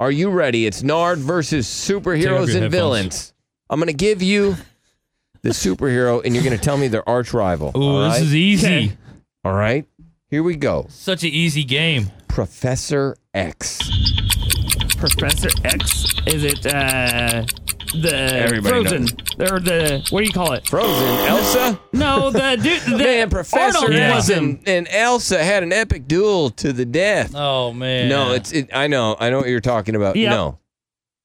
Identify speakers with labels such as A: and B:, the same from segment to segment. A: Are you ready? It's Nard versus
B: your
A: superheroes and
B: headphones.
A: villains. I'm going to give you the superhero, and you're going to tell me their arch rival.
B: Ooh,
A: all
B: this
A: right?
B: is easy.
C: Okay.
A: all right. Here we go.
B: Such an easy game.
A: Professor X.
C: Professor X. Is it uh, the
A: Everybody
C: Frozen
A: knows.
C: or the what do you call it?
A: Frozen. Elsa.
C: No, the dude. The
A: Man, Professor
C: Arnold
A: X
C: was him.
A: and, and Elsa had an epic duel to the death.
B: Oh man.
A: No, it's it, I know, I know what you're talking about.
C: Yeah.
A: No,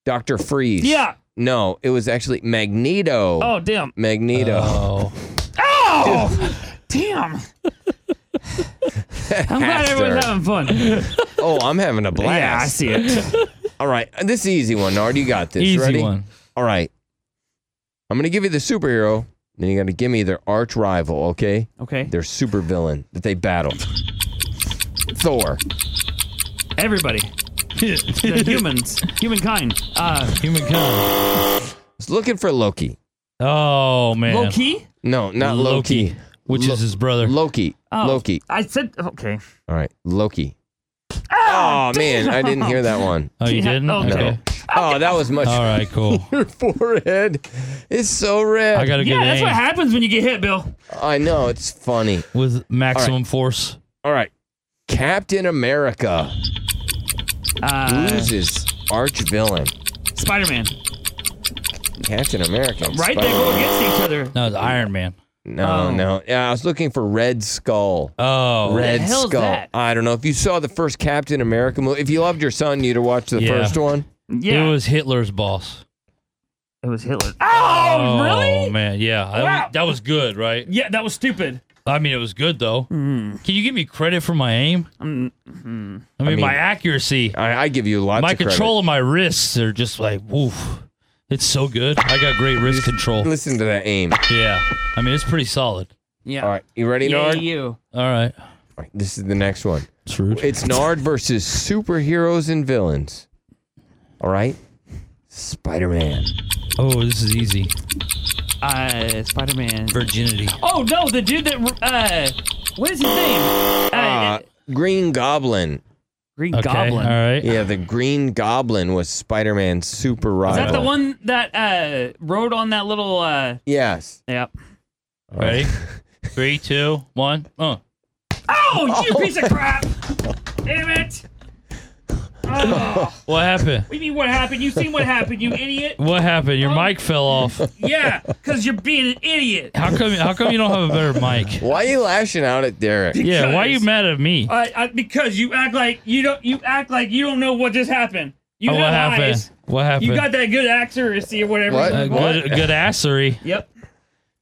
A: Doctor Freeze.
C: Yeah.
A: No, it was actually Magneto.
C: Oh damn.
A: Magneto.
B: Oh.
C: Oh damn. I'm glad everyone's
A: Aster.
C: having fun.
A: Oh, I'm having a blast.
C: Yeah, I see it.
A: All right, uh, this is easy one, Nard. You got this.
B: Easy
A: Ready?
B: one.
A: All right. I'm gonna give you the superhero, then you gotta give me their arch rival. Okay,
C: Okay.
A: their supervillain that they battle. Thor.
C: Everybody. the humans. Humankind. Uh
B: Humankind.
A: I was looking for Loki.
B: Oh man.
C: Loki?
A: No, not Loki.
B: which
A: Lo-
B: is his brother.
A: Loki.
C: Oh,
A: Loki.
C: I said okay.
A: All right, Loki. Oh, man, I didn't hear that one.
B: oh, you
C: Yeah,
B: didn't?
C: okay.
B: Ah, Okay.
A: Oh, that was much.
B: All right, cool.
A: Your forehead is so red.
B: I got a good
C: Yeah, that's
B: aim
C: what happens when you get hit, Bill.
A: I know it's funny.
B: with maximum force.
A: All right, Captain America
C: Uh,
A: loses arch villain.
C: Spider Man.
A: Captain America. and
C: Right? They
A: Spider-
C: go against each other.
B: No, it's Iron Man.
A: No,
C: Oh.
A: no. Yeah, I was looking for Red Skull.
B: Oh.
A: Red
C: hell is
A: Skull.
C: that?
A: I don't know if you saw the first Captain America movie. If you loved your son, you'd have watched the
B: Yeah.
A: first one.
C: Yeah.
B: It was Hitler's boss.
C: Hitler. Oh,
B: Oh
C: really?
B: man, yeah.
C: Wow.
B: That, was, that was good, right?
C: Yeah, that was stupid.
B: I mean, it was good though. Can you give me credit for my aim? I, mean,
A: mean-
B: my accuracy,
A: I, I give you lots
B: my
A: of credit.
B: control of my wrists are just like, woof. It's so good. I got great wrist control.
A: Listen to that aim.
B: Yeah. I mean, it's pretty solid.
C: Yeah.
A: All right, you ready,
C: Yeah,
A: Nard?
C: you.
B: All right.
A: All right, this is the next one.
B: It's rude.
A: It's Nard versus superheroes and villains. All right? Spider Man.
B: Oh, this is easy.
C: Uh, Spider Man.
B: Virginity.
C: Oh no, the dude that uh, what is his name? Uh,
A: Uh, Green Goblin.
C: Green
B: Okay.
C: Goblin.
B: All right.
A: Yeah, the Green Goblin was Spider Man's super
C: Is
A: rival.
C: that the one that uh, rode on that little? Uh,
A: Yes.
C: yep.
B: Ready? Three, two, one. Oh.
C: Oh, you piece of crap! Damn it! Oh,
B: What happened?
C: we mean what happened? You seen what happened? You idiot!
B: What happened? Your mic fell off.
C: Yeah, because you're being an idiot.
B: How come how come you don't have a better mic?
A: Why are you lashing out at Derek?
B: Yeah, why are you
C: Because-
B: mad at me? Oh,
C: Uh, uh, because you act like you don't. You act like you don't know what just happened. You
B: Oh,
C: have
B: what happened?
C: eyes.
B: What happened?
C: You got that good accuracy or whatever.
A: What?
B: a good good assery.
C: Yep.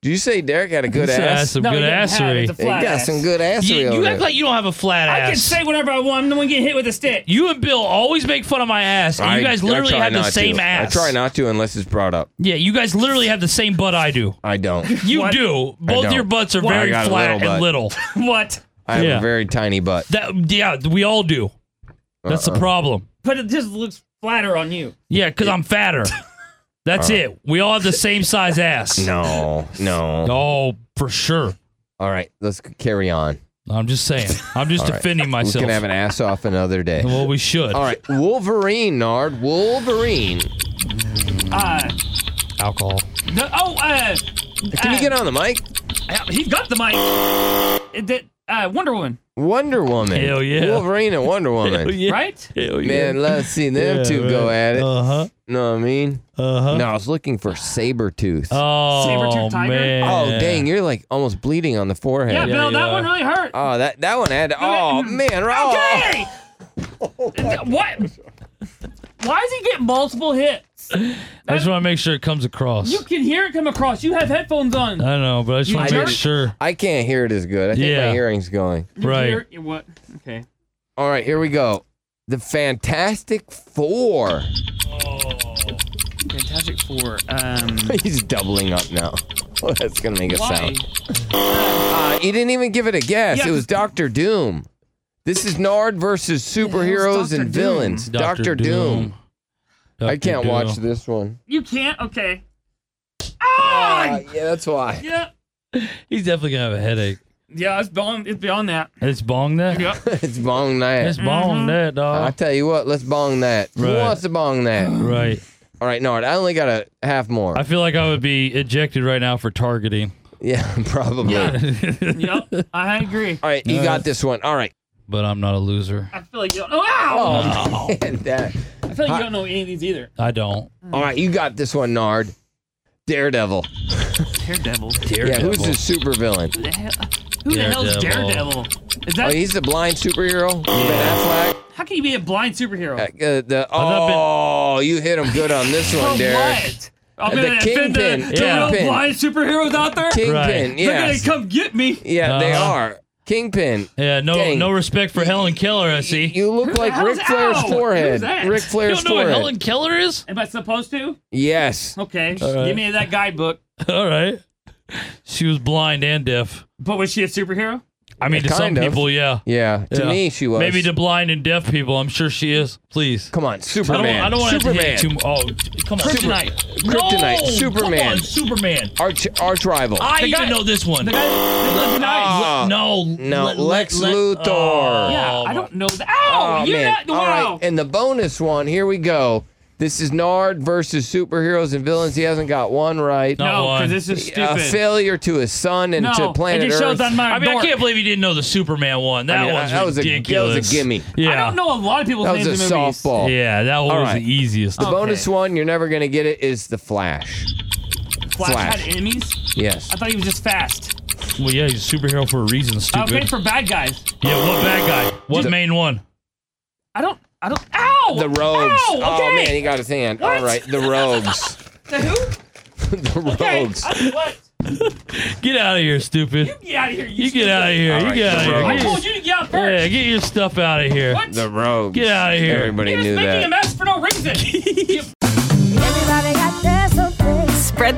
A: Do you say Derek had a good
B: This
A: ass?
B: some
C: No,
B: good
C: he doesn't have it.
B: assery.
C: It's
A: He
C: a flat
A: got
C: ass.
A: some good assery
B: You, you
A: over
B: act
A: there.
B: like you don't have a flat
C: I
B: ass.
C: can say whatever I want. I'm the one getting hit with a stick.
B: you and Bill always make fun of my ass, and you
A: I-
B: guys
A: I
B: literally
A: try
B: have the
A: not
B: same
A: to.
B: ass.
A: I try not to unless it's brought up.
B: Yeah, you guys literally have the same butt I do.
A: I don't.
B: You
C: What?
B: do. Both
A: don't.
B: your butts are
A: Why? I
B: very
A: got a
B: flat
A: little butt.
B: and little.
C: What?
A: I have
B: Yeah.
A: a very tiny butt.
B: That yeah, we all do. That's
A: Uh-uh.
B: the problem.
C: But it just looks flatter on you.
B: Yeah, because I'm fatter. That's
A: Uh-huh.
B: it. We all have the same size ass.
A: No, no.
B: Oh, for sure.
A: All right, let's carry on.
B: I'm just saying. I'm just
A: right.
B: defending
A: We
B: myself.
A: can have an ass off another day.
B: well, we should.
A: All right, Wolverine, Nard. Wolverine.
C: Uh,
B: Alcohol.
C: the, oh, uh,
A: Can
C: uh,
A: you get on the mic?
C: He's got the mic. Uh, That uh, Wonder Woman,
A: Wonder Woman.
B: Hell yeah.
A: Wolverine and Wonder Woman.
C: right?
A: Man, let's see them two go at it.
B: Uh huh.
A: know what I mean?
B: Uh huh.
A: No, I was looking for Sabretooth. tooth.
B: Oh
C: Saber-tooth tiger?
B: man.
A: oh, dang, you're like almost bleeding on the
C: Yeah,
A: forehead.
B: yeah,
C: Bill, that
B: yeah.
C: one really hurt.
A: Oh, that, that one had. Oh, man. Oh,
C: Okay. what? Why does he get multiple hits?
B: I just want to make sure it comes across.
C: You can hear it come across. You have headphones on.
B: I don't know, but I just
C: You
B: want to make
C: jerk.
B: sure.
A: I can't hear it as good. I think
B: Yeah.
A: my hearing's going.
C: You can
B: Right.
C: hear- what? Okay.
A: All right, here we go. The Fantastic Four.
C: Fantastic Four. Um,
A: He's doubling up now. Well, that's gonna make a
C: why?
A: sound. Uh, he didn't even give it a guess.
C: Yeah,
A: it was
C: 'cause-
A: Doctor Doom. This is Nard versus superheroes
C: Dr.
A: and
C: Doom?
A: villains. Doctor, Doom. I can't watch
B: this.
A: this one.
C: You can't? Okay. Ah!
A: Uh, yeah, that's why.
C: yeah.
B: He's definitely gonna have a headache.
C: Yeah, it's beyond, it's beyond that.
B: It's bong that.
C: Yep.
A: it's bong that.
C: Mm-hmm.
B: It's bong that,
A: I
B: dog.
A: tell you what, let's bong that. Who
B: Right.
A: wants to bong that?
B: right.
A: All right, Nard. I only got a half more.
B: I feel like I would be ejected right now for targeting.
A: yeah, probably.
C: Yeah.
B: but
C: yep. I agree.
A: All right, you got this one. All right.
B: I'm not a loser.
C: I feel like you don't. Oh, ow!
A: And that-
C: I feel like you don't know any of these either.
B: I don't.
A: All right, you got this one, Nard. Daredevil.
C: Daredevil.
A: Yeah,
B: Daredevil.
A: who's the supervillain?
C: The hell- Who the hell's
B: Daredevil.
C: Daredevil? Is
A: Oh,
C: that
A: he's the blind superhero. Ben Affleck.
C: how can you be a blind superhero?
A: Uh, the
B: thought Ben-
A: oh, you hit him good on this one,
C: For
A: Derek.
C: Oh, what? I'm
A: The
C: gonna offend the,
A: Kingpin.
C: the
B: Yeah.
C: little
A: Kingpin.
C: blind superheroes out there.
A: Kingpin,
B: Right.
C: They're gonna
A: yes.
C: come get me.
A: yeah, they
B: Uh-huh.
A: are. Kingpin.
B: Yeah, no,
A: Dang.
B: no respect for Helen Keller. I see.
A: You look like
C: hell's-
A: Ric Flair's
C: ow!
A: forehead.
C: oh, Who's that?
A: Ric
B: You
A: Flair's
B: don't know what
A: forehead.
B: Helen Keller is?
C: Am I supposed to?
A: yes.
C: Okay,
B: right.
C: give me that guidebook.
B: All right. She was blind and deaf.
C: But was she a superhero?
B: I mean, to some
A: Kind of.
B: people, yeah.
A: Yeah. To
B: Yeah.
A: me, she was.
B: Maybe to blind and deaf people, I'm sure she is. Please.
A: Come on,
B: I don't,
A: Superman.
B: I don't want to
A: Superman.
B: hit too much. Oh, come on.
A: Super-
B: Kryptonite.
A: Kryptonite.
B: No!
A: Superman.
B: Come on, Superman.
A: arch arch rival.
B: I
C: The
B: even
C: guy-
B: know this one.
C: The guy that lives in ice.
A: Ah,
B: no.
A: No, Lex Luthor.
C: Yeah, I
B: Oh, my-
C: don't know that. Ow!
A: Oh,
C: you're
A: man.
C: not.
A: All
C: Wow.
A: right. And the bonus one, here we go. This is Nard versus superheroes and villains. He hasn't got one right.
B: No.
C: no,
B: one.
C: because this is stupid.
A: A failure to his son and
C: no,
A: to planet
C: it just
A: Earth.
C: shows on my
B: I mean,
C: dork.
B: I can't believe you didn't know the Superman one. That
A: I mean,
B: one's
A: that was a- that was a
B: ridiculous.
A: gimme.
B: Yeah.
C: I don't know a lot of people's
A: that was
C: names
A: a
C: in movies.
A: softball.
B: Yeah, that one
A: All
B: was
A: right.
B: the easiest.
A: The bonus one you're never gonna get it is the Flash.
C: Flash,
A: Flash.
C: had enemies.
A: Yes.
C: I thought he was just fast.
B: Well, yeah, he's a superhero for a reason,
C: I
B: stupid.
C: was waiting for bad guys.
B: yeah, what bad guy? What main one?
C: I don't. I don't. Ow!
A: The Rogues.
C: Ow, okay.
A: Oh man, he got his hand. All
C: What?
A: right, the Rogues.
C: The who?
A: the
C: Okay.
A: Rogues.
C: I- what?
B: Get out of here, stupid.
C: Get out of here.
B: You get out of here. You
A: right,
B: get out
A: the
B: of
C: I
B: here.
C: told you to get out first.
B: Yeah, get your stuff out of here.
C: What?
A: The Rogues.
B: Get outta here.
A: Everybody
C: You're
A: knew
C: just making
A: that.
C: a mess for no reason.
D: Everybody got their something.
E: Spread